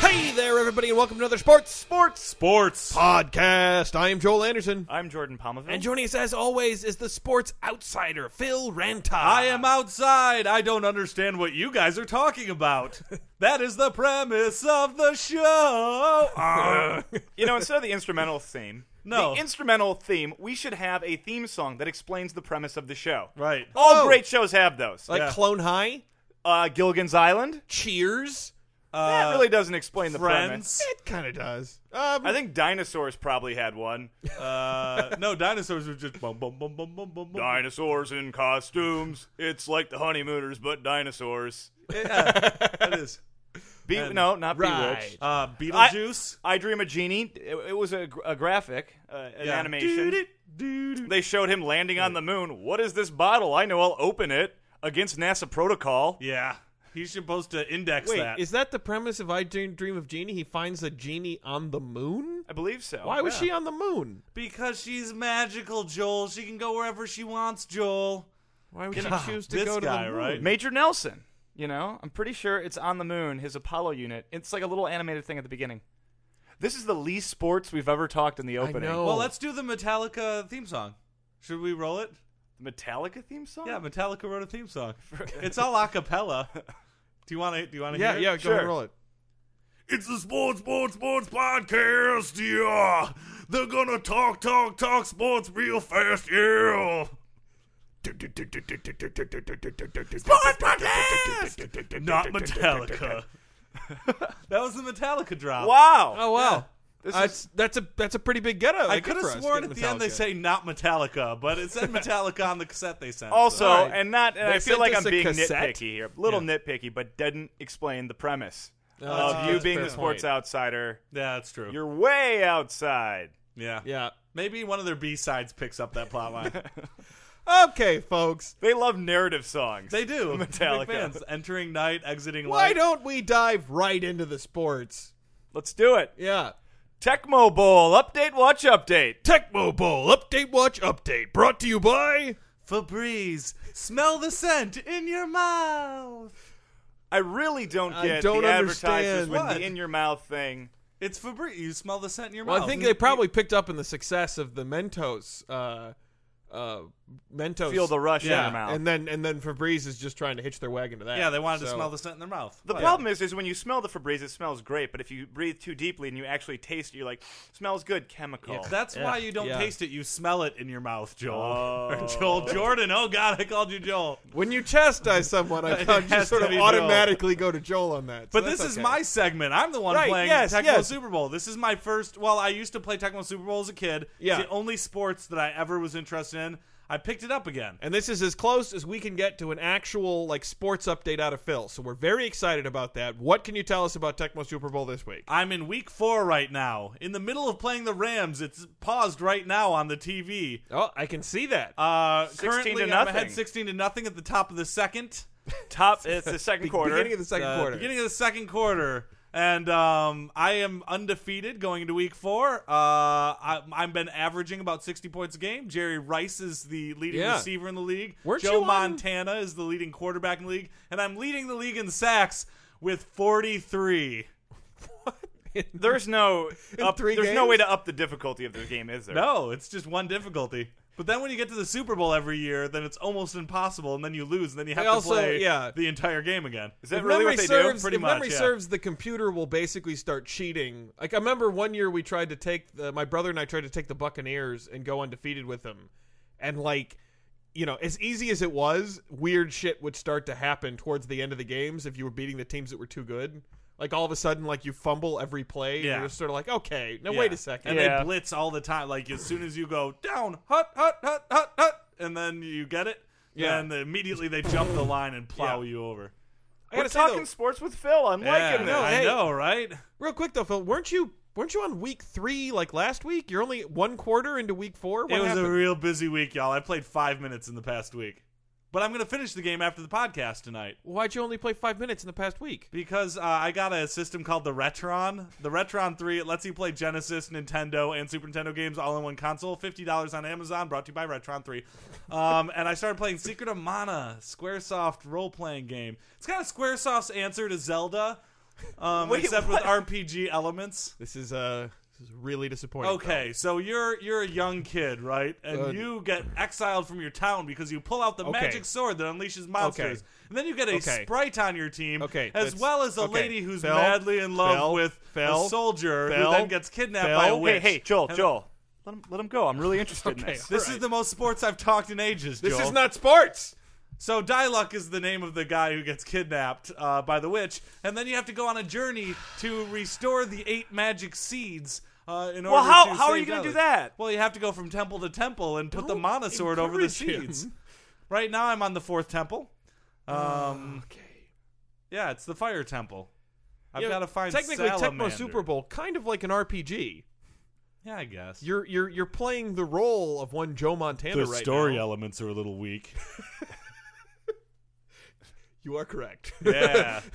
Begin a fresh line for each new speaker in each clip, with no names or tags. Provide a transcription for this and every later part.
Hey there, everybody, and welcome to another sports sports
Sports.
podcast. I am Joel Anderson,
I'm Jordan Palmaville.
and joining us as always is the sports outsider Phil Ranta.
I am outside. I don't understand what you guys are talking about. that is the premise of the show. Ah.
You know, instead of the instrumental theme,
No.
the instrumental theme, we should have a theme song that explains the premise of the show.
right.
All
Oh.
great shows have those.
like
Yeah.
Clone High,
uh, Gilligan's Island.
Cheers.
that really doesn't explain the premise.
Uh, Friends.
It kind of does. Uh,
I think dinosaurs probably had one.
Uh, no, dinosaurs were just bum bum bum bum bum bum. bum.
dinosaurs in costumes. It's like the honeymooners, but dinosaurs.
That is.
Be- no, not
Right.
Bewitched.
Uh, Beetlejuice.
I Dream a Genie. It, it was a, gr- a graphic, uh, an
Yeah.
animation.
Doo-doo-doo.
They showed him landing on the moon. What is this bottle? I know I'll open it against NASA protocol.
Yeah, he's supposed to index
wait,
that.
is that the premise of I Dream, Dream of Genie? He finds a genie on the moon.
I believe so.
Why was she on the moon?
because she's magical, Joel. She can go wherever she wants, Joel.
Why would
God,
she choose to
this
go to
guy,
the moon?
right?
Major Nelson. You know, I'm pretty sure it's on the moon, his Apollo unit. It's like a little animated thing at the beginning. This is the least sports we've ever talked in the opening.
know.
Well,
Oh.
let's do the Metallica theme song. Should we roll it?
Metallica theme song?
Yeah, Metallica wrote a theme song. it's all a cappella. Do you want to? Do you want to?
Yeah,
hear
yeah. Go
It?
ahead, roll it.
It's the Sports, Sports, Sports Podcast, yeah. They're gonna talk, talk, talk sports real fast, yeah. Sports Podcast! Not Metallica. that was the Metallica drop.
Wow.
Oh wow,
This
Uh,
is-
it's- that's a that's a pretty big ghetto.
I could have sworn at the end they say not Metallica, but it said Metallica on the cassette they sent.
also,
All right.
and not, and
They
I feel
sent
like
us
I'm
a
being
cassette?
nitpicky here. Little nitpicky, but didn't explain the premise of you
Oh, that's a
being
fair
the sports
point.
outsider.
yeah, that's true.
You're way outside.
yeah.
Yeah.
Maybe one of their B sides picks up that plot line.
Okay, folks.
They love narrative songs.
they do.
Metallica.
Big fans. Entering night, exiting
Why
light.
don't we dive right into the sports?
Let's do it.
Yeah.
Tecmo Bowl update. Watch update.
Tecmo Bowl update watch update brought to you by
Febreze, smell the scent in your mouth.
I really don't
I
get
don't
the advertisers
understand.
with
What?
the in your mouth thing.
It's Febreze. You smell the scent in your
Well,
mouth.
I think they probably picked up in the success of the Mentos uh uh Mentos
Feel the rush in
yeah.
your mouth.
And then and then Febreze is just trying to hitch their wagon to that.
Yeah, they wanted to
So-
smell the scent in their mouth.
The
Yeah.
problem is, is when you smell the Febreze, it smells great. But if you breathe too deeply and you actually taste it, you're like, smells good, chemical.
That's why you don't
Yeah. Oh.
taste it. You smell it in your mouth, Joel. Or Joel Jordan. Oh God, I called you Joel.
When you chastise someone, I thought you
has
just sort
to
of
be Joel.
automatically go to Joel on that. So
But
that's
this is
okay.
my segment. I'm the one
Right,
playing
yes,
Tecmo
yes.
Super Bowl. This is my first. Well, I used to play Tecmo Super Bowl as a kid.
Yeah.
It's the only sports that I ever was interested in. I picked it up again.
And this is as close as we can get to an actual like sports update out of Phil. So we're very excited about that. What can you tell us about Tecmo Super Bowl this week?
I'm in week four right now. In the middle of playing the Rams, it's paused right now on the TV.
Oh, I can see that.
Uh,
16 to
currently, I'm
nothing.
ahead 16 to nothing at the top of the second.
Top. It's the second quarter.
Beginning of the second
Uh,
quarter.
Beginning of the second quarter. And um, I am undefeated going into week four. Uh, I, I've been averaging about 60 points a game. Jerry Rice is the leading
Yeah.
receiver in the league.
Weren't
Joe
you on-
Montana is the leading quarterback in the league. And I'm leading the league in sacks with 43.
there's no. Up,
three
there's no
games?
way to up the difficulty of the game, is there?
No, it's just one difficulty. But then when you get to the Super Bowl every year, then it's almost impossible, and then you lose, and then you have
They
to
also-
play
yeah.
the entire game again.
Is that
if
really
memory
what they
serves,
do?
pretty
if
much,
memory
yeah.
serves, the computer will basically start cheating. Like I remember one year we tried to take the, my brother and I tried to take the Buccaneers and go undefeated with them, and like, you know, as easy as it was, weird shit would start to happen towards the end of the games if you were beating the teams that were too good. Like all of a sudden, like you fumble every play. and
Yeah.
you're just sort of like, okay, now
Yeah.
wait a second.
And
Yeah.
they blitz all the time. Like as soon as you go down, hut, hut, hut, hut, hut, and then you get it.
Yeah.
And immediately they jump the line and plow
Yeah.
you over.
I
We're
gotta say
talking
though,
sports with Phil. I'm liking
yeah,
this.
I
hey.
know, right?
real quick though, Phil, weren't you weren't you on week three like last week? You're only one quarter into week four. What
it was
happened?
a real busy week, y'all. I played five minutes in the past week, but I'm gonna finish the game after the podcast tonight
Why'd you only play five minutes in the past week?
because uh, I got a system called the Retron. The Retron Three it lets you play Genesis, Nintendo, and Super Nintendo games all in one console. Fifty dollars on Amazon. Brought to you by Retron Three. Um, and I started playing Secret of Mana, SquareSoft role playing game. It's kind of SquareSoft's answer to Zelda, um,
Wait,
except
what?
with RPG elements.
This is uh this is really disappointing.
Okay, so you're you're a young kid, right? And
Uh,
you get exiled from your town because you pull out the
Okay.
magic sword that unleashes monsters. And then you get a
Okay.
sprite on your team,
Okay,
as
that's-
well as a
okay.
lady who's
Phil,
madly in love
Phil,
with a
Phil,
soldier who
Phil,
then gets kidnapped
Phil.
by a
Hey,
witch.
Hey, hey, Joel, Joel, let him let him go. I'm really interested in this.
This is the most sports I've talked in ages,
This
Joel.
is not sports.
So Diluc is the name of the guy who gets kidnapped uh, by the witch, and then you have to go on a journey to restore the eight magic seeds. Uh, in
Well,
order
how-
to
how are
save
you gonna do
Diluc.
that?
Well, you have to go from temple to temple and put the
Don't
mana sword over the
encourage him.
seeds. Right now, I'm on the fourth temple. Um,
Okay.
yeah, it's the fire temple. I've
Yeah,
got to find
technically
Salamander.
Tecmo Super Bowl, kind of like an RPG.
Yeah, I guess.
You're you're you're playing the role of one Joe Montana right now.
elements are a little weak.
You are correct.
Yeah.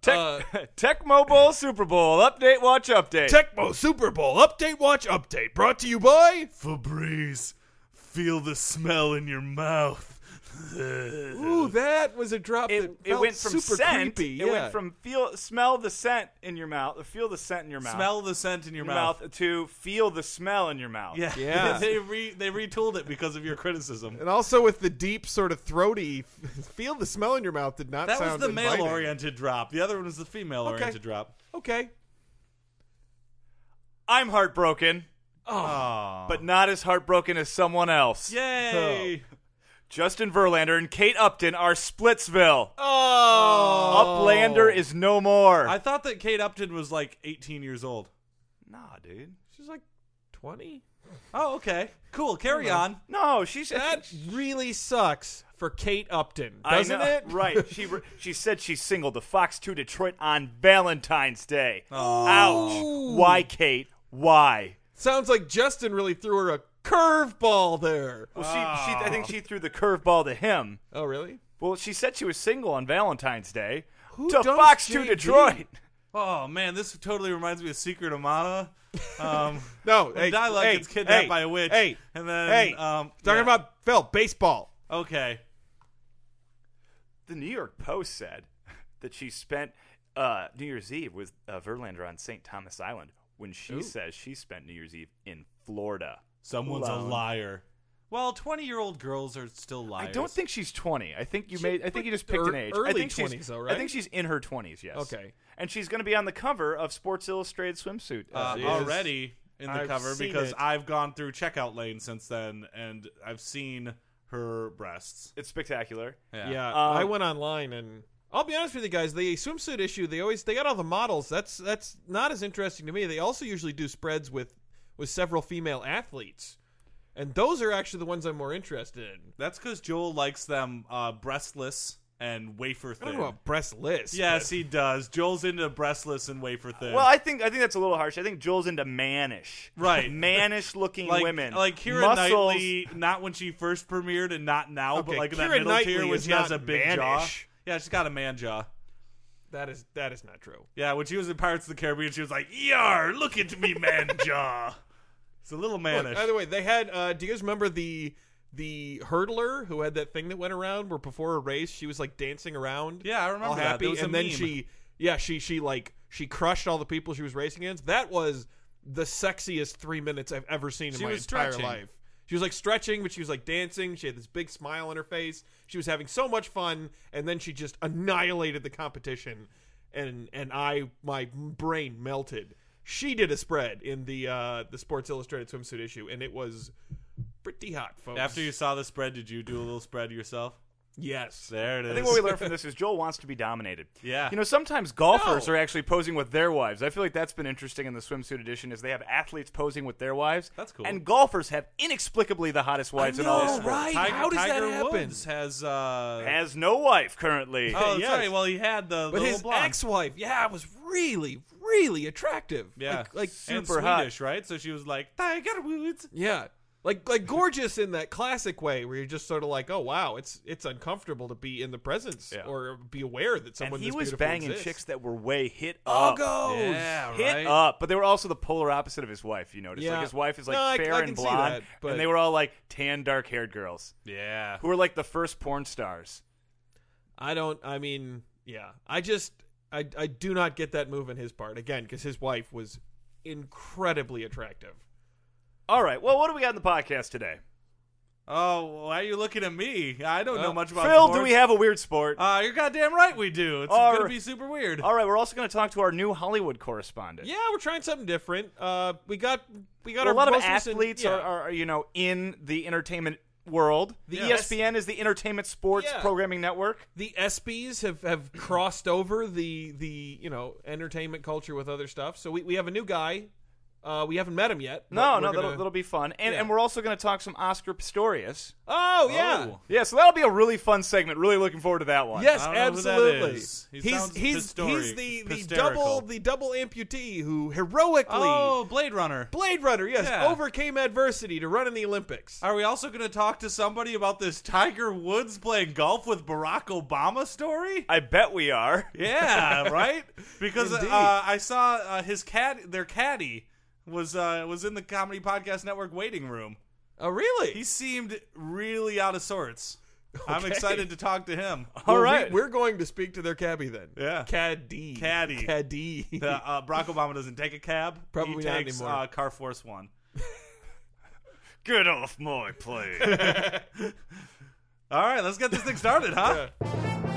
Tech,
Uh,
Tecmo Bowl Super Bowl update. Watch update.
Tecmo Super Bowl update. Watch update. Brought to you by.
Febreze, feel the smell in your mouth.
Ooh, that was a drop.
it,
that
it
felt
went from
super
scent.
creepy.
It
yeah.
went from feel smell the scent in your mouth, uh, feel the scent in your mouth,
Smell the scent in your
in your mouth, to feel the smell in your mouth.
Yeah,
Yeah.
they re they retooled it because of your criticism.
and also with the deep sort of throaty feel. The smell in your mouth did not.
That was
sound
the
inviting.
male oriented drop. The other one was the female oriented drop.
Okay.
I'm heartbroken,
Oh,
but not as heartbroken as someone else.
yay!
Justin Verlander and Kate Upton are Splitsville.
Oh.
Uplander is no more.
I thought that Kate Upton was like 18 years old.
nah, dude.
She's like twenty.
Oh, okay, cool. Carry on.
No, she's
That really sucks for Kate Upton,
I
doesn't
know-
it?
Right. She re- she said she's single to Fox 2 Detroit on Valentine's Day. Ouch. Why, Kate? Why?
Sounds like Justin really threw her a curveball there.
Well, she, she I think she threw the curveball to him.
Oh, really?
Well, she said she was single on Valentine's Day
Who
to
dumps
Fox 2
JD?
Detroit.
Oh man, this totally reminds me of Secret of Mana. Um,
No,
when
hey,
Dialog
hey,
gets kidnapped
hey,
by a witch,
Hey,
and then
hey,
um,
talking
yeah.
about Phil baseball.
okay,
The New York Post said that she spent uh, New Year's Eve with uh, Verlander on St. Thomas Island when she says she spent New Year's Eve in Florida.
someone's
Alone.
a liar. Well, 20 year old girls are still liars.
I don't think she's 20. I think you
She-
made. I think you just
but
picked an
ear-
age.
early
I think she's-
20s though,
I
right?
think she's in her 20s. Yes.
Okay.
And she's going to be on the cover of Sports Illustrated swimsuit.
uh,
Yes.
already in the
I've
cover
seen
because
it.
I've gone through checkout lane since then and I've seen her breasts.
it's spectacular.
Yeah.
Uh,
I went online and I'll be honest with you guys. The swimsuit issue, they always they got all the models. That's that's not as interesting to me. They also usually do spreads with with several female athletes, and those are actually the ones I'm more interested in.
That's because Joel likes them uh, breastless and wafer
I don't
thin.
know about breastless.
Yes, he does. Joel's into breastless and wafer thin.
Well, I think I think that's a little harsh. I think Joel's into mannish,
Right.
Mannish looking
like,
women,
Like Kira
Muscles-
Knightley, not when she first premiered and not now, but
Okay,
like in
Keira
that middle tier
Knightley
when
is
she has a
not
big
mannish.
jaw. Yeah, she's got a man jaw.
that is that is not true.
Yeah, when she was in Pirates of the Caribbean, she was like, "Yar, look at me, man jaw." It's a little
Look,
mannish.
either way, they had. Uh, do you guys remember the the hurdler who had that thing that went around where before a race she was like dancing around?
Yeah, I remember
all
that.
happy,
There was a
and then
meme.
she, yeah, she she like she crushed all the people she was racing against. That was the sexiest three minutes I've ever seen
She
in my
was
entire
stretching.
life. She was like stretching, but she was like dancing. She had this big smile on her face. She was having so much fun, and then she just annihilated the competition, and and I my brain melted. She did a spread in the uh, the Sports Illustrated swimsuit issue, and it was pretty hot, folks.
After you saw the spread, did you do a little spread yourself?
Yes.
There it is.
I think what we learned from this is Joel wants to be dominated.
Yeah.
You know, sometimes golfers
No.
are actually posing with their wives. I feel like that's been interesting in the swimsuit edition is they have athletes posing with their wives.
That's cool.
And golfers have inexplicably the hottest wives in all of
know,
sports.
right?
Tiger,
How does that
Tiger
happen?
Woods has. Uh,
Has no wife currently.
oh,
yes.
sorry. Well, he had the, the
But
little
his
blonde.
ex-wife, yeah, was really, really attractive.
yeah,
Like, like
and
super hot.
Swedish, right? So she was like Tiger Woods.
yeah. Like like gorgeous in that classic way where you're just sort of like, oh wow, it's it's uncomfortable to be in the presence
Yeah.
or be aware that
and
someone
he
this
was
beautiful
banging
exists.
chicks that were way hit
Oh,
up.
goes.
Yeah,
Hit
right.
up, but they were also the polar opposite of his wife. You notice,
Yeah.
like his wife is like
No, I-
fair
I
and
can see
blonde,
that, but-
and they were all like tan, dark-haired girls
Yeah.
who were like the first porn stars.
I don't. I mean, yeah. I just, I, I do not get that move on his part again because his wife was incredibly attractive.
All right, well, what do we got in the podcast today?
Oh, why are you looking at me? I don't know
Uh,
much about
Phil,
sports.
do we have a weird sport?
Uh, you're goddamn right we do.
Oh,
It's
Our-
gonna be super weird.
All right, we're also going to talk to our new Hollywood correspondent.
Yeah, we're trying something different. Uh, we got we got
Well, a
our
lot of
most recent-
athletes
yeah.
are, are, you know, in the entertainment world. The E
Yeah.
ESPN is the entertainment sports
Yeah.
programming network.
the ESPYS have have crossed over the the you know entertainment culture with other stuff. So we, we have a new guy. Uh, we haven't met him yet. but
No,
we're
no,
gonna-
that'll, that'll be fun. And,
Yeah.
and we're also going to talk some Oscar Pistorius.
Oh yeah.
Oh.
Yeah, so that'll be a really fun segment. Really looking forward to that one.
I
Yes,
don't know who that
absolutely.
is. He
he's
sounds
he's he's
pistori-
the, the
hysterical.
double the double amputee who heroically
Oh, Blade Runner.
Blade Runner, yes,
Yeah.
overcame adversity to run in the Olympics.
Are we also going to talk to somebody about this Tiger Woods playing golf with Barack Obama story?
I bet we are.
Yeah, right. Because
Indeed.
uh, I saw uh, his cat, their caddy, was uh, was in the Comedy Podcast Network waiting room.
Oh, really?
He seemed really out of sorts. I'm
Okay.
excited to talk to him.
All
All
right.
We, are going to speak to their cabbie then.
Yeah.
Caddy.
Caddy.
Caddy.
Uh, uh, Barack Obama doesn't take a cab.
Probably
he
not
takes,
anymore.
Uh, Car Force One.
Get off my plane.
All right, let's get this thing started, huh?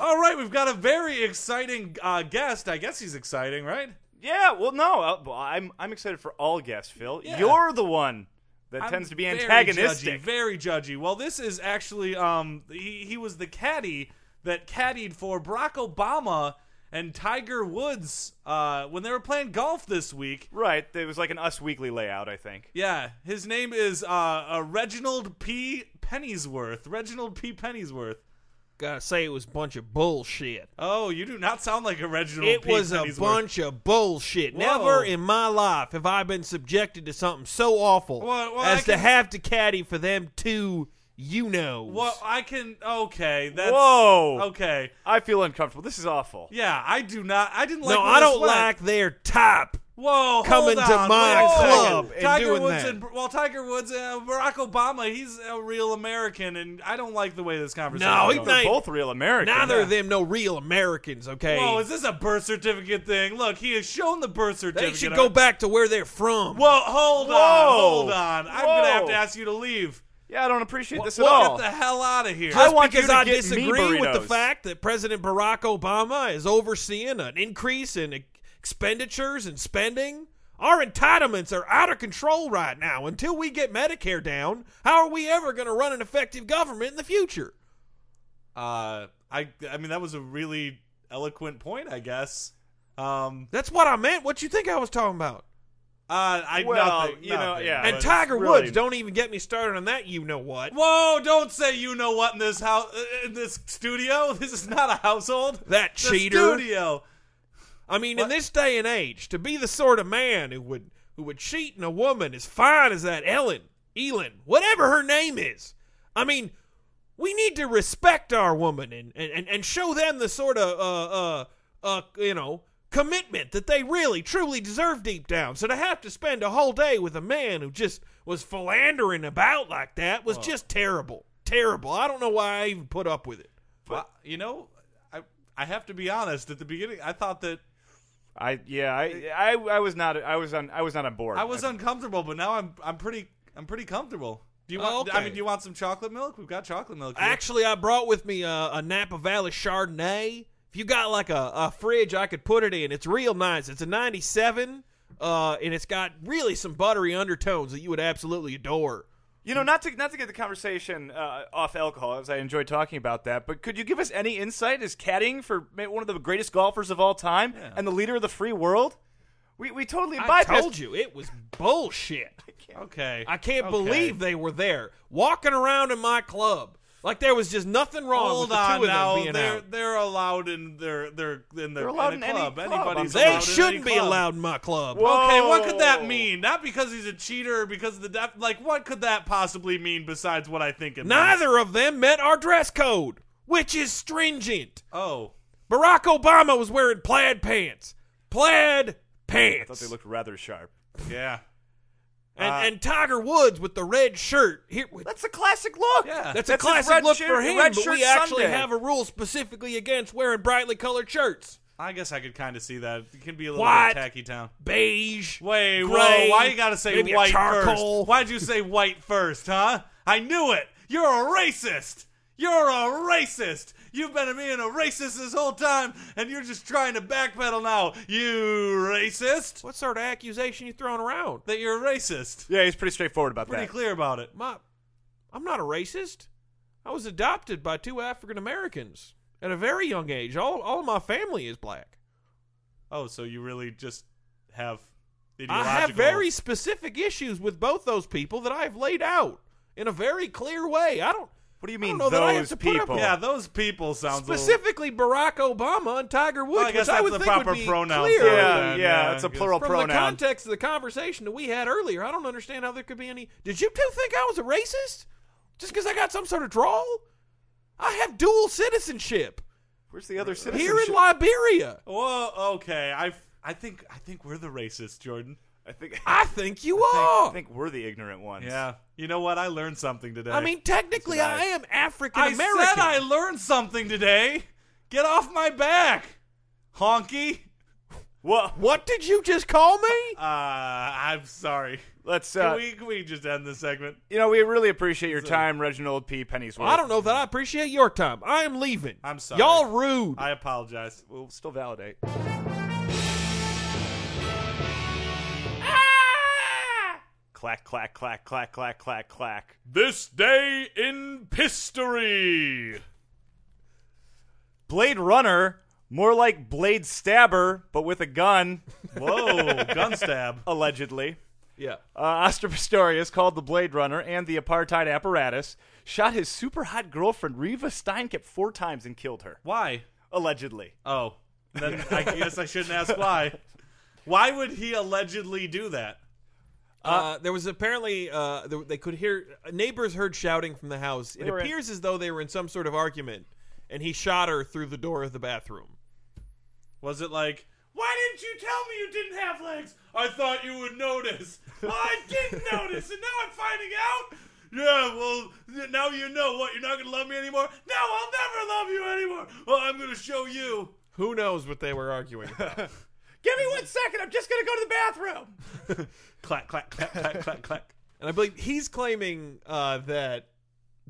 All right, we've got a very exciting uh, guest. I guess he's exciting, right?
yeah, well, no, uh, I'm, I'm excited for all guests, Phil.
Yeah.
You're the one that
I'm
tends to be
very judgy,
antagonistic.
Very judgy. Well, this is actually um he, he was the caddy that caddied for Barack Obama and Tiger Woods uh when they were playing golf this week.
Right, it was like an Us Weekly layout, I think.
Yeah, his name is uh, uh Reginald P Pennyworth. Reginald P Pennyworth.
Gotta say, it was a bunch of bullshit.
Oh, you do not sound like a Reginald
It
P.
was a
Pennyworth.
bunch of bullshit.
Whoa.
Never in my life have I been subjected to something so awful
Well- well, I
as to
can-
have to caddy for them two you know.
Well, I can okay, that's
Whoa!
okay.
I feel uncomfortable. This is awful.
Yeah, I do not I didn't like
no,
where
I
this
don't
went.
like their type.
Whoa,
coming
hold
to
on,
my
wait a second.
club and
Tiger
doing
Woods
that.
and well, Tiger Woods, uh, Barack Obama, he's a real American, and I don't like the way this conversation.
No,
is
he
going.
not-
They're both real Americans.
Neither of them no real Americans, okay?
Whoa, is this a birth certificate thing? Look, he has shown the birth certificate.
they should go back to where they're from.
Whoa, hold on,
Whoa.
hold on. I'm gonna have
Whoa.
to ask you to leave.
Yeah, I don't appreciate this at
what-
all.
Get the hell out of here.
I
Just
want you
because
to
I
get me
disagree with the
burritos.
fact that President Barack Obama is overseeing an increase in ex- expenditures and spending. Our entitlements are out of control right now. Until we get Medicare down, how are we ever going to run an effective government in the future?
uh, I, I mean, that was a really eloquent point, I guess. Um,
That's what I meant. What you think I was talking about?
uh, I
Well,
nothing,
you know,
nothing,
yeah,
And
but-
Uh, it's
Tiger
really-
Woods, don't even get me started on that. You know what?
Whoa! Don't say you know what in this house, uh, in this studio. This is not a household.
That
The
cheater.
studio.
I mean, in this day and age, to be the sort of man who would who would cheat on a woman as fine as that Ellen, Elon, whatever her name is, I mean, we need to respect our woman and and, and, and show them the sort of uh, uh uh you know commitment that they really truly deserve deep down. So to have to spend a whole day with a man who just was philandering about like that was just terrible, terrible. I don't know why I even put up with it.
Well, you know, I I have to be honest. At the beginning, I thought that
I yeah, I, I I was not I was on I was not on board.
I was uncomfortable, but now I'm I'm pretty I'm pretty comfortable. Do you want?
Oh, okay.
I mean, do you want some chocolate milk? We've got chocolate milk. Here.
Actually, I brought with me a, a Napa Valley Chardonnay. If you got like a, a fridge, I could put it in. It's real nice. It's a 97, uh, and it's got really some buttery undertones that you would absolutely adore.
You know, not to not to get the conversation uh, off alcohol, as I enjoy talking about that. But could you give us any insight as caddying for ma- one of the greatest golfers of all time and the leader of the free world? We we totally
I
bypassed.
told you it was bullshit.
Okay.
I can't
Okay.
believe they were there walking around in my club like there was just nothing wrong
Hold
with the
on
two of
now.
them being
they're
out.
they're allowed in their they're in their
They're allowed
in
in
a
any
club.
club.
Anybody's
They
I'm-
allowed in any
shouldn't be
club.
allowed in my club.
Whoa.
Okay, what could that
Oh.
Whoa.
mean? Not because he's a cheater, or because of the depth. Like, what could that possibly mean besides what I think it means?
Neither of them met our dress code, which is stringent.
Oh,
Barack Obama was wearing plaid pants. Plaid
I thought
pants.
they looked rather sharp.
yeah,
and,
uh,
and Tiger Woods with the red shirt. Here,
That's a classic look.
Yeah.
that's, a
his
classic
red
look
shirt-
for him,
red
but
shirt
we actually
Sunday.
have a rule specifically against wearing brightly colored shirts.
I guess I could kind of see that. It can be a little
What?
bit tacky town.
Beige.
Wait,
gray,
whoa! Why you gotta say
maybe a
white
charcoal.
first? Why'd you say white first, huh? I knew it. You're a racist. You're a racist. You've been being a racist this whole time, and you're just trying to backpedal now. You racist.
What sort of accusation you throwing around?
That you're a racist.
Yeah, he's pretty straightforward about
Pretty
that.
clear about it.
My, I'm not a racist. I was adopted by two African Americans at a very young age. All all of my family is black.
Oh, so you really just have
I
ideological.
have very specific issues with both those people that I've laid out in a very clear way. I don't
What do you
I
mean
don't know that I have
those
to put up
people?
with
yeah. Those people sound
specifically Barack Obama and Tiger Woods,
I guess
which I
that's
would
the
think
proper
would be
pronoun
clear
for it
Yeah,
then,
yeah,
yeah,
it's a
I guess.
plural
from
pronoun.
the context of the conversation that we had earlier. I don't understand how there could be any. Did you two think I was a racist just because I got some sort of drawl? I have dual citizenship
Where's the other citizen?
here in Liberia.
Whoa. Okay. I. I think. I think we're the racist, Jordan.
I think
I think you
I
are.
think we're the ignorant ones.
Yeah. You know what? I learned something today.
I mean, technically,
That's
I
nice.
am African
I
American.
said I learned something today. Get off my back, honky.
Well,
What did you just call me?
Uh, I'm sorry.
let's.
Can
Uh,
we can we just end the segment?
you know, we really appreciate your time, Reginald P. Pennyworth.
I don't know that I appreciate your time. I am leaving.
I'm sorry.
Y'all rude.
I apologize.
We'll still validate. Ah! Clack, clack, clack, clack, clack, clack, clack.
This day in history.
Blade Runner, more like Blade Stabber, but with a gun,
Whoa, gun stab.
allegedly.
yeah.
Uh, Oscar Pistorius, called the Blade Runner and the apartheid apparatus, shot his super hot girlfriend Reva Steinkepp four times and killed her,
Why?
allegedly.
Oh, then I guess I shouldn't ask why. Why would he allegedly do that?
Uh, there was apparently uh, th- they could hear neighbors heard shouting from the house. It
were in-
appears as though they were in some sort of argument, and he shot her through the door of the bathroom.
Was it like, why didn't you tell me you didn't have legs? I thought you would notice. Well, I didn't notice, and now I'm finding out. Yeah, well, th- now you know what. You're not gonna love me anymore. No, I'll never love you anymore. Well, I'm gonna show you.
Who knows what they were arguing? about.
Give me one second, I'm just gonna go to the bathroom.
Clack, clack, clack, clack, clack, clack.
and I believe he's claiming uh, that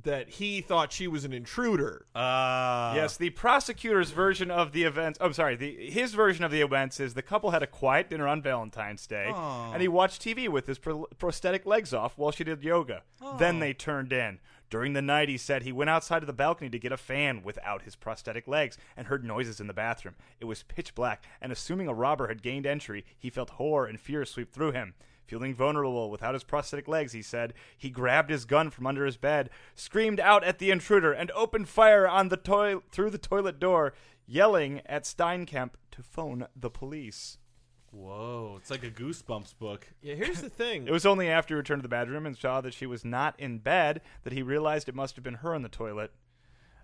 that he thought she was an intruder.
Ah,
Yes, the prosecutor's version of the events. I'm sorry, the his version of the events is the couple had a quiet dinner on Valentine's Day, and he watched TV with his pro- prosthetic legs off while she did yoga. Then they turned in. During the night, he said he went outside to the balcony to get a fan without his prosthetic legs and heard noises in the bathroom. It was pitch black, and assuming a robber had gained entry, he felt horror and fear sweep through him. Feeling vulnerable without his prosthetic legs, he said, he grabbed his gun from under his bed, screamed out at the intruder, and opened fire on the toi- through the toilet door, yelling at Steinkamp to phone the police.
Whoa, it's like a Goosebumps book.
Yeah. Here's the thing.
It was only after he returned to the bedroom and saw that she was not in bed that he realized it must have been her in the toilet.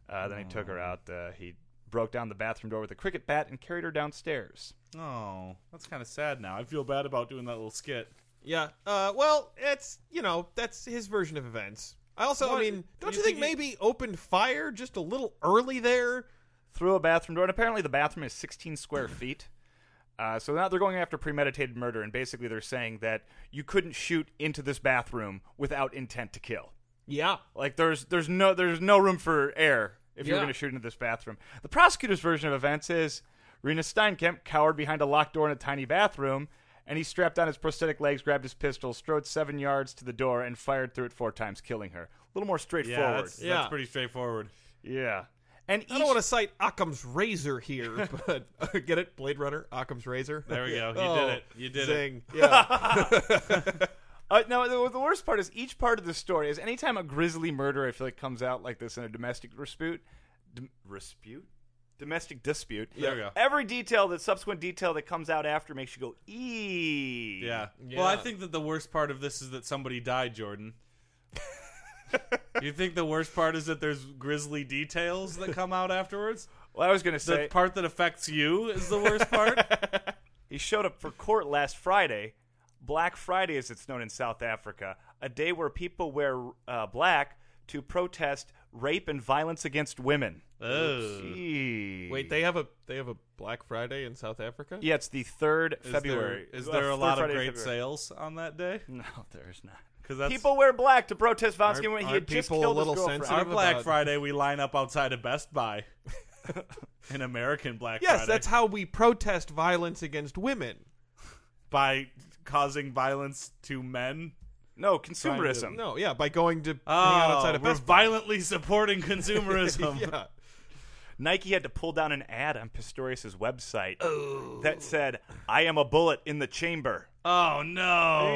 Uh, then he took her out. Uh, he broke down the bathroom door with a cricket bat and carried her downstairs.
Oh, that's kind of sad. Now I feel bad about doing that little skit.
yeah. Uh, well, it's you know that's his version of events. I also, I
What?
mean, don't
You
you, think,
think
maybe opened fire just a little early there?
through a bathroom door, and apparently the bathroom is 16 square
Mm-hmm.
feet. Uh, so now they're going after premeditated murder, and basically they're saying that you couldn't shoot into this bathroom without intent to kill.
Yeah.
Like there's there's no there's no room for error if you're
Yeah.
going to shoot into this bathroom. The prosecutor's version of events is Rena Steinkamp cowered behind a locked door in a tiny bathroom, and he strapped on his prosthetic legs, grabbed his pistol, strode seven yards to the door, and fired through it four times, killing her. A little more
Yeah,
straightforward.
That's,
Yeah.
that's pretty straightforward.
yeah. And
I
each-
don't want to cite Occam's Razor here, but uh, get it, Blade Runner, Occam's Razor.
There we go. You
Oh,
did it. You did it.
zing. Yeah,
Uh, no, the, the worst part is each part of the story is anytime a grisly murder I feel like comes out like this in a domestic dispute, dom- dispute, domestic dispute.
There we go.
Every detail, the subsequent detail that comes out after makes you go, ee.
Yeah.
Yeah.
Well, I think that the worst part of this is that somebody died, Jordan. you think the worst part is that there's grisly details that come out afterwards?
Well, I was gonna
The
say
part that affects you is the worst part?
he showed up for court last Friday, Black Friday, as it's known in South Africa, a day where people wear uh, black to protest rape and violence against women.
oh.
Ee.
wait, they have a they have a Black Friday in South Africa.
Yeah, it's the third
Is
February.
There, is
Uh,
there a
third
lot of
Friday in
great
February.
sales on that day?
No, there's not.
'Cause that's
people wear black to protest violence
Aren't-
against women. He
aren't
had just
people a
killed his
little
girlfriend.
sensitive?
our Black
about-
Friday. We line up outside of Best Buy. An American Black
Yes,
Friday
that's how we protest violence against women.
by causing violence to men.
No,
to-
consumerism.
No, yeah, by going to
Oh,
hang out outside of
we're
Best Buy.
violently supporting consumerism.
Yeah,
Nike had to pull down an ad on Pistorius's website
Oh.
that said, "I am a bullet in the chamber."
Oh no!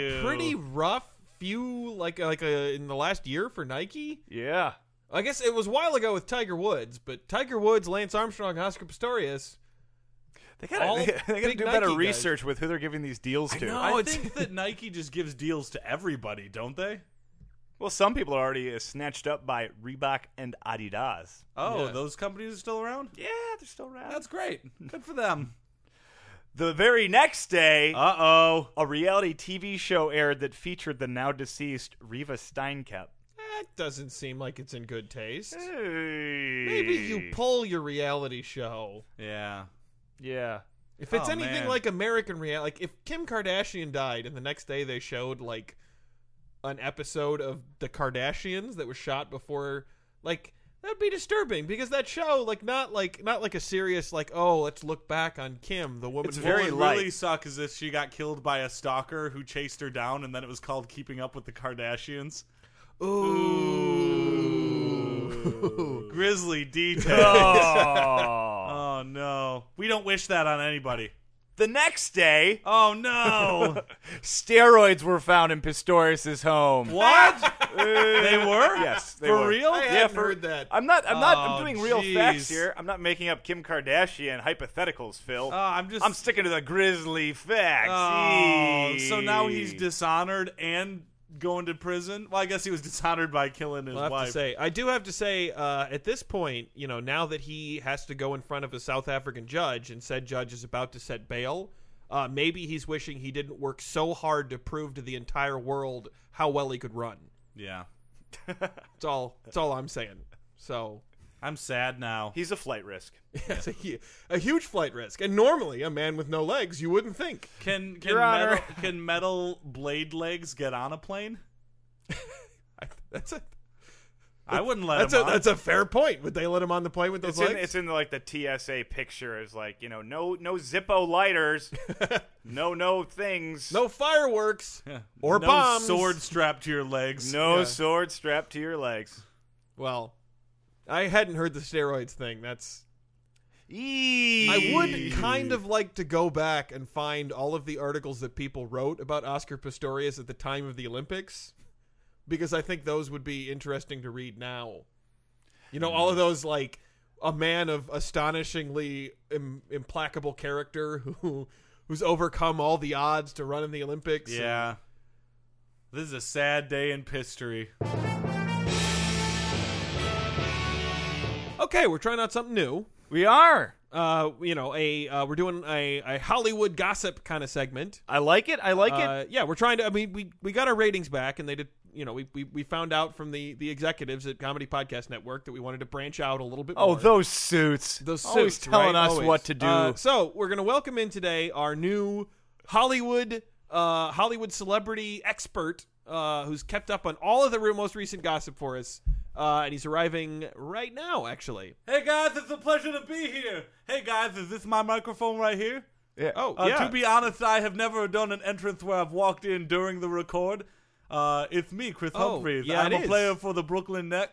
Ew.
a pretty rough few like uh, like a, in the last year for Nike.
Yeah,
I guess it was a while ago with Tiger Woods, but Tiger Woods, Lance Armstrong, Oscar Pistorius.
they gotta
All
they, they gotta
big
do better
Nike guys.
research with who they're giving these deals to.
know. Oh,
I
it's-
think that Nike just gives deals to everybody, don't they?
Well, some people are already uh, snatched up by Reebok and Adidas.
Oh,
Yeah.
those companies are still around.
Yeah, they're still around.
That's great. Good for them.
the very next day,
Uh oh.
a reality TV show aired that featured the now deceased Reva Steinkamp.
That doesn't seem like it's in good taste. Maybe
Maybe
you pull your reality show.
Yeah.
Yeah.
If it's
Oh,
anything
man.
like American reality, like if Kim Kardashian died and the next day they showed like an episode of the Kardashians that was shot before, like that'd be disturbing because that show, like not like not like a serious like oh let's look back on Kim the woman.
It's
who-
very
what would
light.
really suck is if she got killed by a stalker who chased her down, and then it was called "Keeping Up with the Kardashians." Ooh, grisly detail.
Oh.
oh no, we don't wish that on anybody.
the next day,
Oh no,
steroids were found in Pistorius's home.
what? they were?
Yes, they
for
were.
real?
I
yeah,
hadn't
for-
heard that.
I'm not. I'm not.
Oh,
I'm doing real
jeez.
facts here. I'm not making up Kim Kardashian hypotheticals, Phil.
Uh, I'm just.
I'm sticking to the grisly facts.
Oh,
Eee.
so now he's dishonored and going to prison. Well, I guess he was dishonored by killing his
I'll have
wife.
to say, I do have to say, uh, at this point, you know, now that he has to go in front of a South African judge and said judge is about to set bail, uh, maybe he's wishing he didn't work so hard to prove to the entire world how well he could run.
yeah,
That's all. That's all I'm saying. So,
I'm sad now.
He's a flight risk.
it's a, hu- a huge flight risk. And normally, a man with no legs, you wouldn't think.
Can can
Your Honor.
metal, can metal blade legs get on a plane?
I, that's a
I wouldn't let
that's
him
a
on.
that's a fair point. Would they let him on the plane with those
It's
legs?
in, it's in like the TSA picture. Is like you know, no, no Zippo lighters, no, no things,
no fireworks or
no
bombs.
sword strapped to your legs.
no
yeah.
sword strapped to your legs.
Well, I hadn't heard the steroids thing. That's
Eee.
I would kind of like to go back and find all of the articles that people wrote about Oscar Pistorius at the time of the Olympics because I think those would be interesting to read now. You know, all of those like a man of astonishingly Im- implacable character who who's overcome all the odds to run in the Olympics. and-
Yeah. This is a sad day in history.
okay, we're trying out something new.
We are.
Uh, you know, a uh, we're doing a, a Hollywood gossip kind of segment.
I like it. I like it.
Uh, yeah, we're trying to. I mean, we we got our ratings back, and they did. You know, we we, we found out from the the executives at Comedy Podcast Network that we wanted to branch out a little bit.
Oh,
more.
those suits.
those suits,
always telling
right?
us
Always.
what to do.
Uh, so we're gonna welcome in today our new Hollywood uh, Hollywood celebrity expert uh, who's kept up on all of the re- most recent gossip for us. Uh, and he's arriving right now, actually.
Hey guys, it's a pleasure to be here. Hey guys, is this my microphone right here?
Yeah.
Oh,
Uh,
yeah.
To be honest, I have never done an entrance where I've walked in during the record. Uh, it's me, Chris
Oh,
Humphries.
yeah,
I'm
it
a
is.
player for the Brooklyn Nets.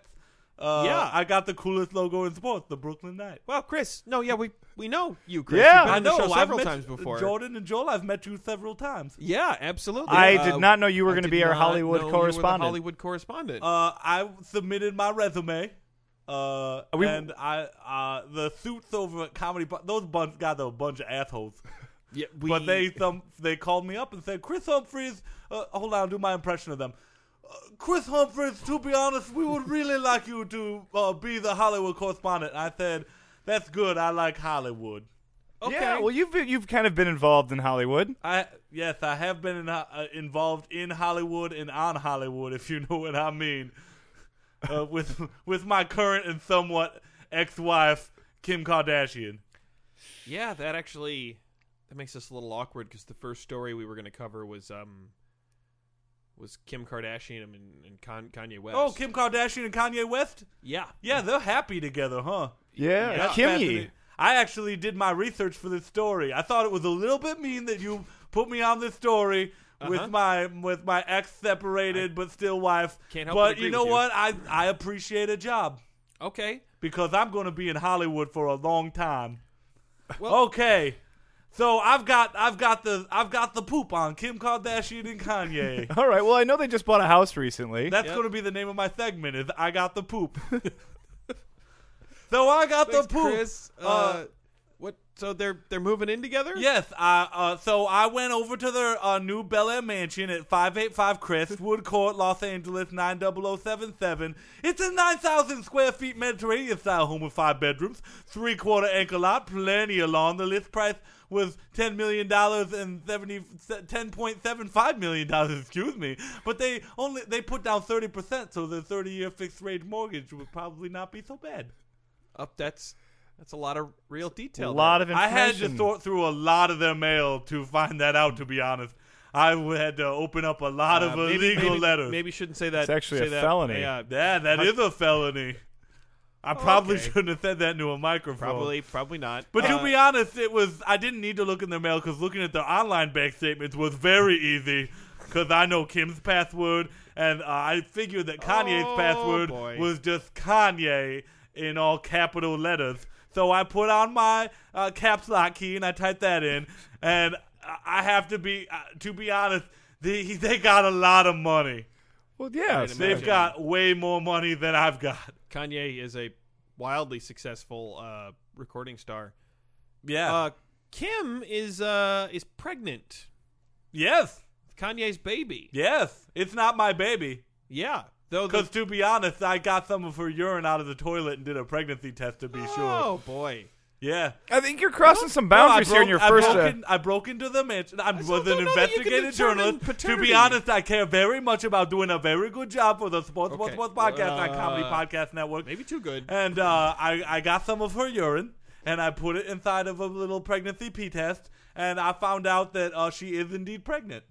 Uh,
Yeah.
I got the coolest logo in sports, the Brooklyn Nets.
Well, Chris, no, yeah, we we know you, Chris.
Yeah.
You've been
I
on the
know.
show several
I've met
times before.
Jordan and Joel, I've met you several times.
Yeah, absolutely.
I
Uh,
did not know you were
I
going to
did
be our
not
Hollywood
know you were the
correspondent.
Hollywood correspondent.
Uh, I submitted my resume. Uh,
we-
and I uh, the suits over at Comedy Bar, those bunch guys are a bunch of assholes.
yeah, we,
But they thum- they called me up and said, Chris Humphries, uh, hold on, I'll do my impression of them. Uh, Chris Humphries, to be honest, we would really like you to uh, be the Hollywood correspondent. I said, that's good. I like Hollywood.
okay.
Yeah, well, you've been- you've kind of been involved in Hollywood.
I yes, I have been in, uh, involved in Hollywood and on Hollywood, if you know what I mean, uh, with with my current and somewhat ex-wife Kim Kardashian.
yeah, that actually that makes us a little awkward because the first story we were going to cover was um was Kim Kardashian and, and Con- Kanye West.
Oh, Kim Kardashian and Kanye West.
Yeah.
Yeah, they're happy together, huh?
Yeah,
That's
Kimmy.
fascinating. I actually did my research for this story. I thought it was a little bit mean that you put me on this story
Uh-huh.
with my with my ex separated but still wife.
Can't help but
but
agree
you know
with you.
what? I I appreciate a job
Okay.
because I'm going to be in Hollywood for a long time.
Well-
okay. So I've got I've got the I've got the poop on Kim Kardashian and Kanye.
All right. Well, I know they just bought a house recently.
That's
Yep.
going to be the name of my segment. Is I got the poop. so I got
Thanks,
the poop.
Chris. Uh,
Uh,
what? So they're they're moving in together?
Yes, I, uh, so I went over to their uh, new Bel Air mansion at 585 Crestwood Court, Los Angeles, 90077. It's a 9,000 square feet Mediterranean style home with five bedrooms, three quarter acre lot, plenty of lawn. The list price was $10 million and 70, $10.75 million, excuse me. But they only they put down 30%, so the 30 year fixed rate mortgage would probably not be so bad.
Up. Oh, That's that's a lot of real detail.
a lot of
I
information.
had to sort through a lot of their mail to find that out. To be honest, I had to open up a lot of illegal
Uh, maybe,
letters.
Maybe uh, shouldn't say that.
It's actually
say
a
that,
felony.
Yeah.
yeah, that is a felony. I probably
Oh, okay.
shouldn't have said that into a microphone.
Probably. Probably not.
But
uh,
to be honest, it was I didn't need to look in their mail because looking at their online bank statements was very easy. Because I know Kim's password, and uh, I figured that Kanye's
Oh,
password
boy.
was just Kanye in all capital letters. So I put on my uh, caps lock key and I typed that in. And I- I have to be, uh, to be honest, they, they got a lot of money.
Well, yeah.
Wait a
They've
minute.
so-
got way more money than I've got.
Kanye is a wildly successful uh, recording star.
Yeah.
Uh, Kim is uh, is pregnant.
yes.
Kanye's baby.
Yes. It's not my baby.
Yeah. Though the
Because to be honest, I got some of her urine out of the toilet and did a pregnancy test to be sure.
Oh boy.
Yeah.
I think you're crossing some
No,
boundaries here in your
I
first. uh,
broke, in, I broke into the mansion. I,
still
was
don't
an
know that you can
investigative
determine
journalist. To
paternity.
be honest, I care very much about doing a very good job for the Sports Sports
Okay.
Sports Podcast on Comedy
Uh,
Podcast Network.
Maybe too good.
And uh, I, I got some of her urine and I put it inside of a little pregnancy pee test. And I found out that uh, she is indeed pregnant.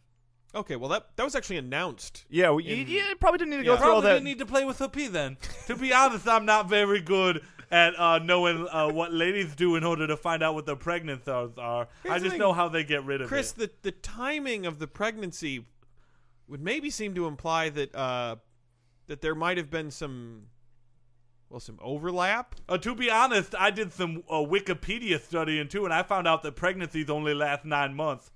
Okay. Well, that that was actually announced.
yeah, well, you, you probably didn't need to go
Yeah.
through all
Probably
that.
didn't need to play with her pee then. to be honest, I'm not very good at uh, knowing uh, what ladies do in order to find out what their pregnant thoughts are.
Here's
I
the
just
thing.
know how they get rid of
Chris,
it.
the the timing of the pregnancy would maybe seem to imply that uh, that there might have been some well some overlap.
Uh, to be honest, I did some uh, Wikipedia studying too, and I found out that pregnancies only last nine months.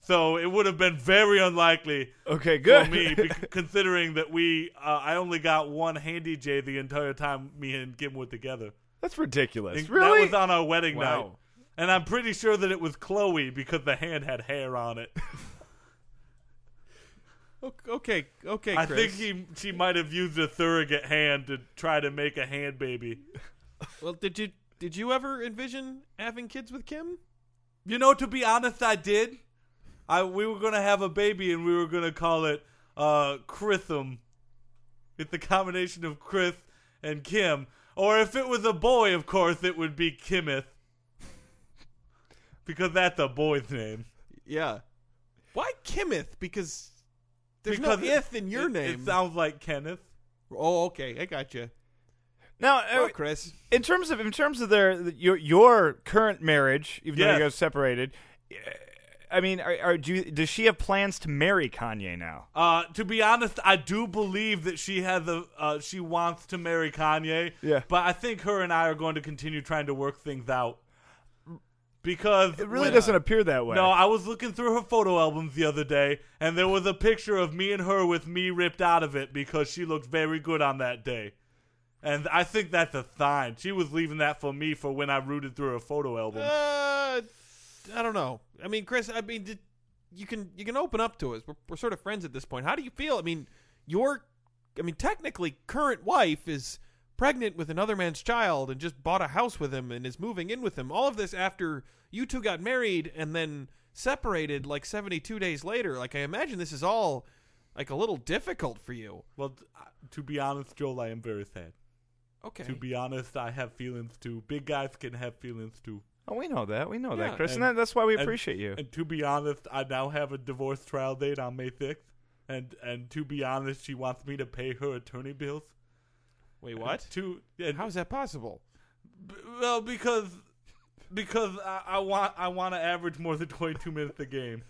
So it would have been very unlikely
Okay,
for
good.
me, be- considering that we uh, I only got one handy J the entire time me and Kim were together.
That's ridiculous.
And
really?
That was on our wedding
Wow.
night. And I'm pretty sure that it was Chloe because the hand had hair on it.
O- Okay. Okay.
I think
Chris.
he she might have used a surrogate hand to try to make a hand baby.
Well, did you did you ever envision having kids with Kim?
You know, to be honest, I did. I we were gonna have a baby and we were gonna call it uh Chrisum. It's the combination of Chris and Kim. Or if it was a boy, of course, it would be Kimeth. Because that's a boy's name.
Yeah. Why Kimith? Because there's
because
no
it-
ith in your
it-
name.
It sounds like Kenneth.
oh, okay. I got you.
now,
Oh,
uh,
Chris.
in terms of in terms of their your your current marriage, even though
Yes.
you guys separated, eh, I mean, are, are do you, does she have plans to marry Kanye now?
Uh, to be honest, I do believe that she had the uh, she wants to marry Kanye.
Yeah.
but I think her and I are going to continue trying to work things out because
It really doesn't appear that way.
No, I was looking through her photo albums the other day, and there was a picture of me and her with me ripped out of it because she looked very good on that day. And I think that's a sign. She was leaving that for me for when I rooted through her photo album.
Uh, I don't know. I mean, Chris. I mean, did, you can you can open up to us. We're, we're sort of friends at this point. How do you feel? I mean, your, I mean, technically, current wife is pregnant with another man's child and just bought a house with him and is moving in with him. All of this after you two got married and then separated like 72 days later. Like I imagine this is all like a little difficult for you.
Well, t- uh, to be honest, Joel, I am very sad.
Okay.
To be honest, I have feelings too. Big guys can have feelings too.
Oh, we know that. We know
Yeah,
that, Chris, and,
and-
that, that's why we
and-
appreciate you.
And to be honest, I now have a divorce trial date on May 6th. And and to be honest, she wants me to pay her attorney bills.
Wait, what?
To and
How is that possible?
B- Well, because because I, I want I want to average more than twenty two minutes a game.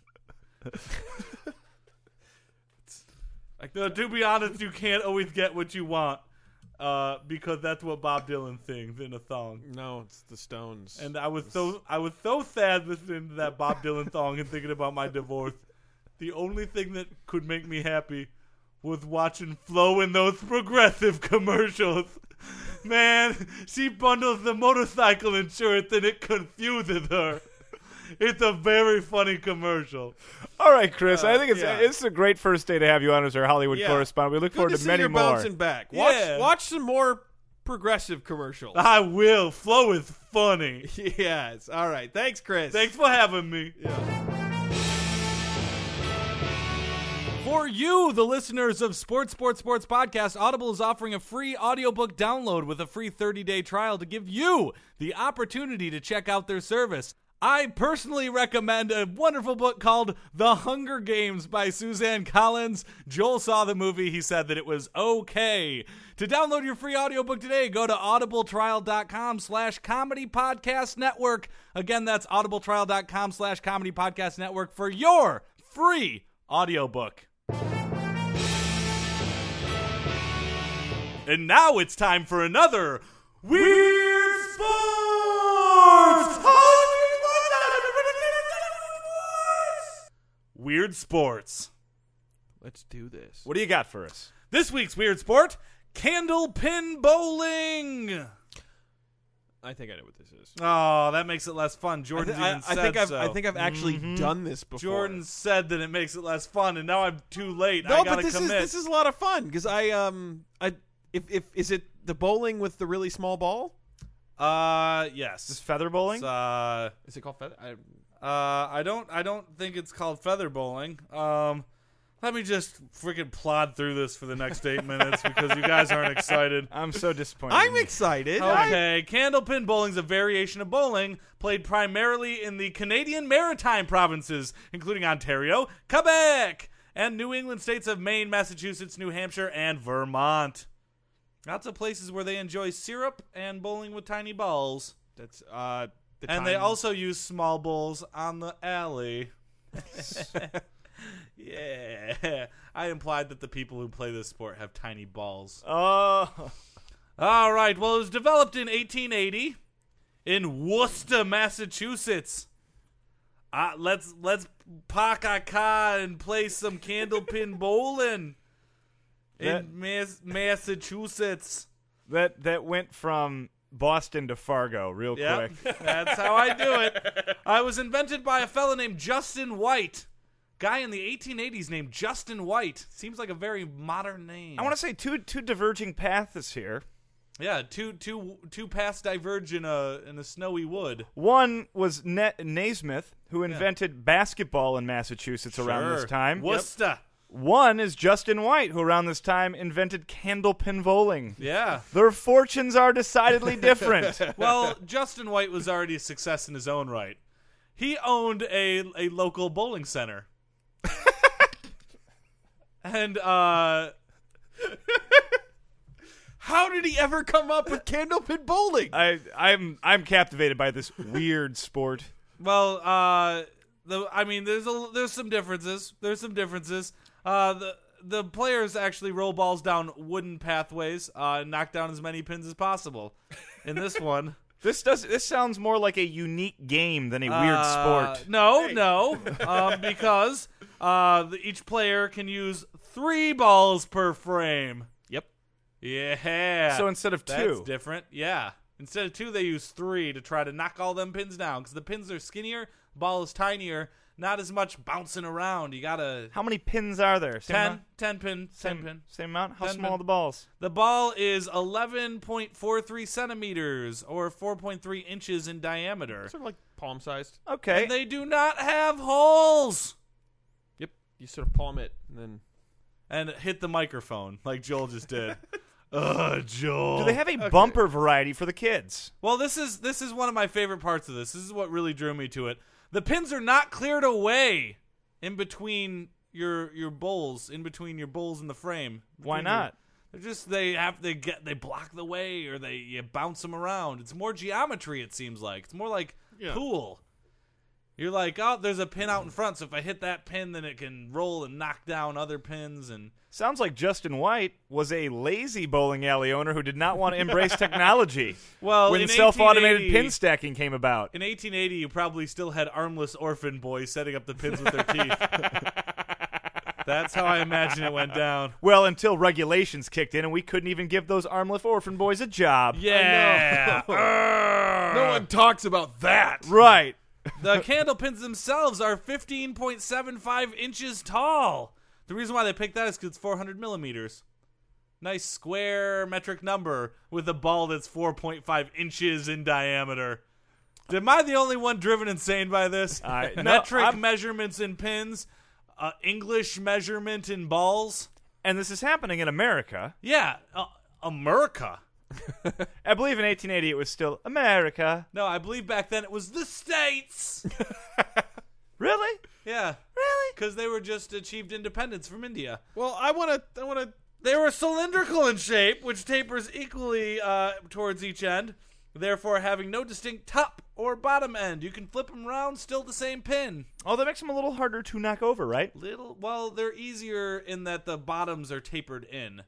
Like-
No, to be honest, you can't always get what you want uh, because that's what Bob Dylan sings in a song.
No, it's the Stones.
And I was so I was so sad listening to that Bob Dylan song and thinking about my divorce. The only thing that could make me happy was watching Flo in those progressive commercials. Man, she bundles the motorcycle insurance and it confuses her. It's a very funny commercial.
All right, Chris. I think it's
yeah.
it's a great first day to have you on as our Hollywood
Yeah.
correspondent. We look
Good
forward
to
to,
see
many
you're
more.
bouncing back. Watch,
Yeah. Ah.
watch some more progressive commercials.
I will. Flo is funny.
yes. All right. Thanks, Chris.
Thanks for having me.
For you, the listeners of Sports Sports Sports Podcast, Audible is offering a free audiobook download with a free 30-day trial to give you the opportunity to check out their service. I personally recommend a wonderful book called The Hunger Games by Suzanne Collins. Joel saw the movie, he said that it was okay. To download your free audiobook today, go to audibletrial.com slash comedy podcast network. Again, that's audibletrial.com slash comedy podcast network for your free audiobook.
And now it's time for another Weird Sports! Weird Sports.
Let's do this.
What do you got for us?
This week's Weird Sport Candle Pin Bowling.
I think I know what this is.
Oh, that makes it less fun.
I,
Jordan
thi- I-
even
I
said
think I've
so.
I think I've actually done this before.
Jordan said that it makes it less fun, and now I'm too late.
No,
I
but
gotta
this
commit.
is this is a lot of fun because I um I if if is it the bowling with the really small ball?
uh, yes.
Is feather bowling?
It's, uh,
Is it called feather? I,
Uh, I don't. I don't think it's called feather bowling. Um, let me just freaking plod through this for the next eight minutes because you guys aren't excited.
I'm so disappointed. in
I'm
you.
excited. I-
Oh, Okay, candlepin bowling is a variation of bowling played primarily in the Canadian maritime provinces, including Ontario, Quebec, and New England states of Maine, Massachusetts, New Hampshire, and Vermont. Lots of places where they enjoy syrup and bowling with tiny balls.
that's uh. The
And they
time-
also use small bowls on the alley. yeah. I implied that the people who play this sport have tiny balls.
Oh,
All right. Well, it was developed in 1880 in Worcester, Massachusetts. Uh, let's let's park our car and play some candlepin bowling
That-
in Mas- Massachusetts.
that that went from Boston to Fargo real
Yep,
quick.
that's how I do it. I was invented by a fella named Justin White. Guy in the 1880s named Justin White. Seems like a very modern name.
I want to say two two diverging paths here.
yeah, two two two paths diverge in a in a snowy wood.
One was Na- Naismith, who invented basketball in Massachusetts around this
Sure.
time.
Worcester.
One is Justin White, who around this time invented candlepin bowling.
Yeah.
Their fortunes are decidedly different.
Well, Justin White was already a success in his own right. He owned a a local bowling center. and uh
how did he ever come up with candlepin bowling?
I, I'm I'm captivated by this weird sport.
Well, uh, The I mean, there's a there's some differences. There's some differences. Uh, the the players actually roll balls down wooden pathways, uh, and knock down as many pins as possible. In this one,
This does. This sounds more like a unique game than a weird
Uh,
sport.
No, no, um, because uh, the, each player can use three balls per frame.
Yep.
Yeah.
So instead of
That's
two,
different. Yeah. Instead of two, they use three to try to knock all them pins down because the pins are skinnier, ball is tinier, not as much bouncing around. You gotta
how many pins are there? Same
ten,
amount?
ten pin, ten
Same,
pin.
same amount. How
Ten
small
pin.
are the balls?
The ball is eleven point four three centimeters or four point three inches in diameter,
Sort of like palm sized.
Okay.
and they do not have holes.
Yep. You sort of palm it and then.
and hit the microphone like Joel just did. Ugh, Joel.
Do they have a bumper variety for the kids?
well, this is this is one of my favorite parts of this. This is what really drew me to it. The pins are not cleared away in between your your bowls, in between your bowls and the frame.
Why
Between your-
not?
They're just they have they get they block the way or they you bounce them around. It's more geometry. It seems like it's more like
Yeah.
pool. You're like, oh, there's a pin out in front, so if I hit that pin, then it can roll and knock down other pins and.
Sounds like Justin White was a lazy bowling alley owner who did not want to embrace technology
Well,
when
in
self-automated
1880
pin stacking came about.
In 1880, you probably still had armless orphan boys setting up the pins with their teeth. That's how I imagine it went down.
Well, until regulations kicked in and we couldn't even give those armless orphan boys a job.
Yeah.
no one talks about that.
Right.
the candle pins themselves are 15.75 inches tall. The reason why they picked that is because it's 400 millimeters. Nice square metric number with a ball that's 4.5 inches in diameter. Am I the only one driven insane by this?
I- no,
metric
I'm-
measurements in pins, uh, English measurement in balls.
And this is happening in America.
Yeah, uh, America.
I believe in 1880 it was still America.
No, I believe back then it was the states.
Really?
yeah,
Really?
because they were just achieved independence from India.
Well, I want to. I want to.
They were cylindrical in shape, which tapers equally uh, towards each end, therefore having no distinct top or bottom end. You can flip them around, still the same pin.
Oh, that makes them a little harder to knock over, right?
Little, well, they're easier in that the bottoms are tapered in,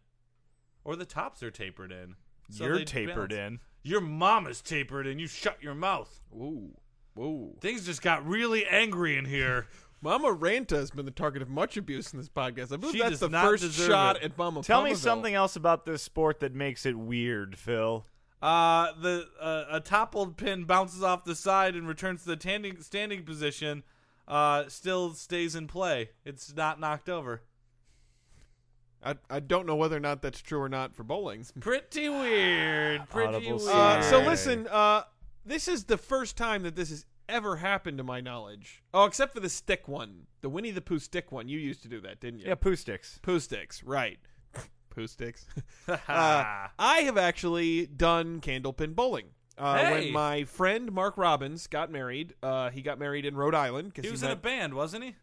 or the tops are tapered in. So
You're
they
tapered
balance.
in.
Your mom is tapered in. You shut your mouth.
Whoa. Whoa.
Things just got really angry in here.
Mama Ranta has been the target of much abuse in this podcast. I believe
She
that's
does
the
not
first
deserve
shot
it.
at Mama
Tell me
Palmaville.
something else about this sport that makes it weird, Phil.
Uh, the uh, a toppled pin bounces off the side and returns to the standing standing position. Uh, still stays in play. It's not knocked over.
I, I don't know whether or not that's true or not for bowling.
Pretty weird. Pretty
Audible
weird.
Uh, so
Sorry.
listen, uh, this is the first time that this has ever happened to my knowledge. Oh, except for the stick one, the Winnie the Pooh stick one. You used to do that, didn't you?
Yeah, poo sticks.
Pooh sticks, right? Pooh sticks. Uh,
Ah.
I have actually done candlepin bowling. Uh,
Hey!
When my friend Mark Robbins got married, uh, he got married in Rhode Island because
he
he
was
met,
in a band, wasn't he?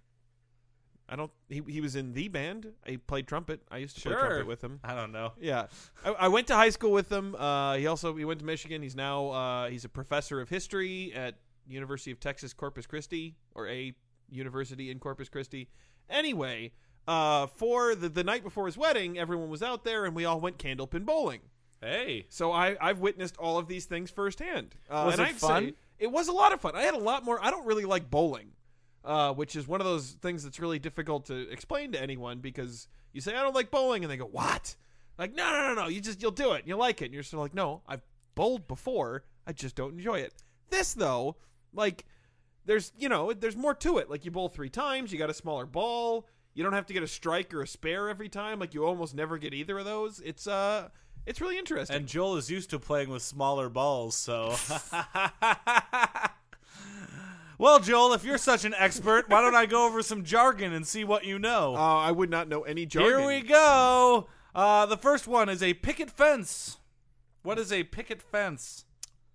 I don't. He, he was in the band. He played trumpet. I used to play
Sure.
trumpet with him.
I don't know.
Yeah, I, I went to high school with him. Uh, he also he went to Michigan. He's now uh, he's a professor of history at University of Texas Corpus Christi or a university in Corpus Christi. Anyway, uh, for the, the night before his wedding, everyone was out there and we all went candlepin bowling.
Hey,
So I I've witnessed all of these things firsthand. Uh,
Was
and
it
I'd
fun?
Say, it was a lot of fun. I had a lot more. I don't really like bowling, uh, which is one of those things that's really difficult to explain to anyone because you say I don't like bowling and they go what? Like no no no no you just you'll do it and you like it and you're sort of like no I've bowled before I just don't enjoy it. This though like there's you know there's more to it. Like you bowl three times you got a smaller ball. You don't have to get a strike or a spare every time. Like you almost never get either of those. It's uh it's really interesting.
and Joel is used to playing with smaller balls, so. well, Joel, if you're such an expert, why don't I go over some jargon and see what you know?
Uh, I would not know any jargon.
Here we go. Uh, the first one is a picket fence. What is a picket fence?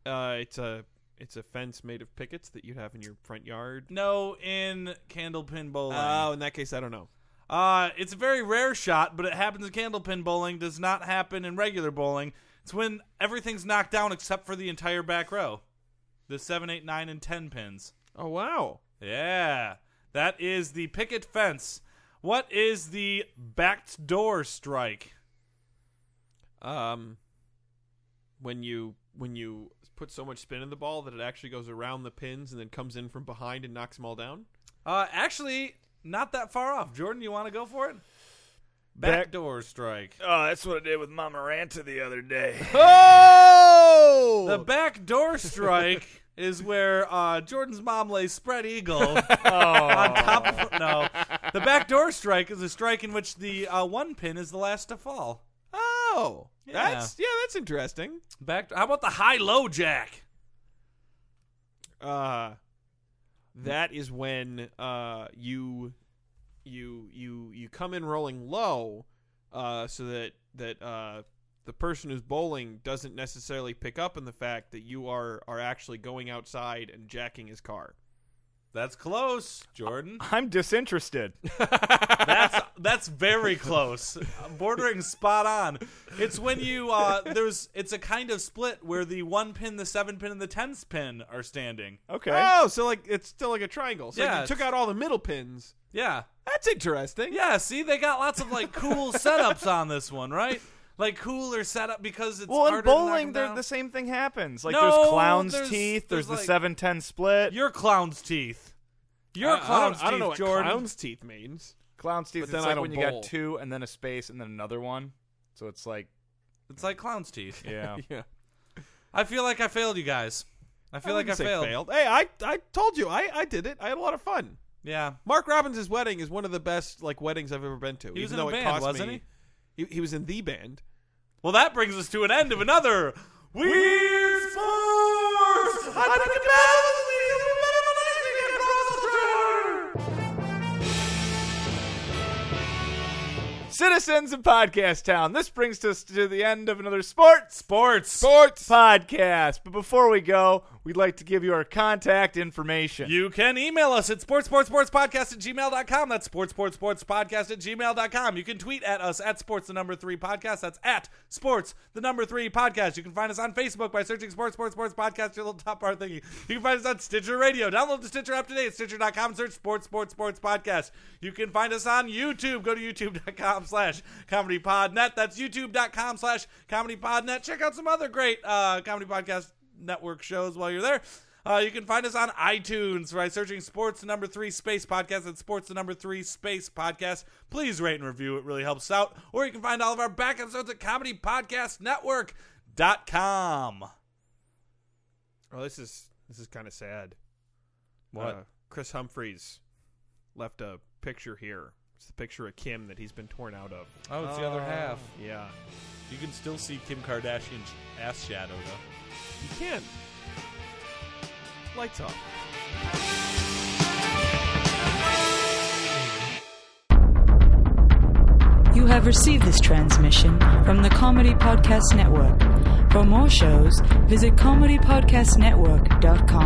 Uh, it's a it's a fence made of pickets that you'd have in your front yard.
No, in candlepin bowling.
Oh, in that case, I don't know.
Uh, it's a very rare shot, but it happens in candlepin bowling. Does not happen in regular bowling. It's when everything's knocked down except for the entire back row, the seven, eight, nine, and ten pins.
Oh wow,
Yeah. That is the picket fence. What is the backed door strike?
Um, when you when you put so much spin in the ball that it actually goes around the pins and then comes in from behind and knocks them all down.
Uh, actually, not that far off. Jordan, you want to go for it?
Back-
Backdoor strike.
Oh, that's what I did with Mama Ranta the other day.
Oh,
The backdoor strike is where uh, Jordan's mom lays spread eagle on top of. No. The backdoor strike is a strike in which the uh, one pin is the last to fall.
oh,
Yeah.
that's yeah, that's interesting.
Back. How about the high low jack?
Uh, that is when uh you you you you come in rolling low, uh, so that that uh the person who's bowling doesn't necessarily pick up on the fact that you are are actually going outside and jacking his car.
That's close, Jordan.
I'm disinterested.
That's that's very close, bordering spot on. It's when you uh, there's it's a kind of split where the one pin, the seven pin, and the tens pin are standing.
Okay.
Oh, so like it's still like a triangle. So like,
Yeah,
you took
it's-
out all the middle pins.
Yeah,
That's interesting.
yeah. See, they got lots of like cool setups on this one, right? Like cooler setup because it's
well, in
harder to knock
bowling,
them
there-
down.
the same thing happens. Like,
No,
there's clown's
there's-
teeth,
there's
there's, the
like-
seven ten split.
your clown's teeth. Your
I- I,
clown's
don't, I don't know
teeth,
what
Jordan.
clown's teeth means.
clown's teeth,
But
it's
then I
like
don't
when you
bowl.
got two and then a space and then another one. So it's like,
It's like clown's teeth.
yeah.
Yeah.
I feel like I failed, you guys. I feel like I
wouldn't say
failed.
Hey, I, I told you, I, I did it. I had a lot of fun.
Yeah,
Mark Robbins' wedding is one of the best like weddings I've ever been to.
He was
even
in a
though it
band,
cost
wasn't
me, he? he? was in the band.
Well, that brings us to an end of another Weird Sports!
Citizens of Podcast Town, this brings us to the end of another sports
Sports!
Sports.
podcast. But before we go, we'd like to give you our contact information.
You can email us at sportsportsportspodcast at gmail.com. That's sportsportsportspodcast at gmail.com. You can tweet at us at sports the number three podcast. That's at sports the number three podcast. You can find us on Facebook by searching sports sports sports podcast. Your little top bar thingy. You can find us on Stitcher Radio. Download the Stitcher app today at stitcher.com. Search sports sports sports podcast. You can find us on YouTube. Go to youtube.com slash comedy podnet. That's youtube.com slash comedy podnet. Check out some other great uh, comedy podcast network shows while you're there. Uh, you can find us on iTunes by searching Sports Number Three Space Podcast and Sports the Number Three Space Podcast. Please rate and review; it really helps out. Or you can find all of our back episodes at ComedyPodcastNetwork.com.
Oh, this is this is kind of sad.
What?
Uh, Chris Humphreys left a picture here. It's the picture of Kim that he's been torn out of.
Oh, it's the other half.
Yeah,
You can still see Kim Kardashian's ass shadow, though.
you can. Lights off.
You have received this transmission from the Comedy Podcast Network. For more shows, visit comedypodcastnetwork.com.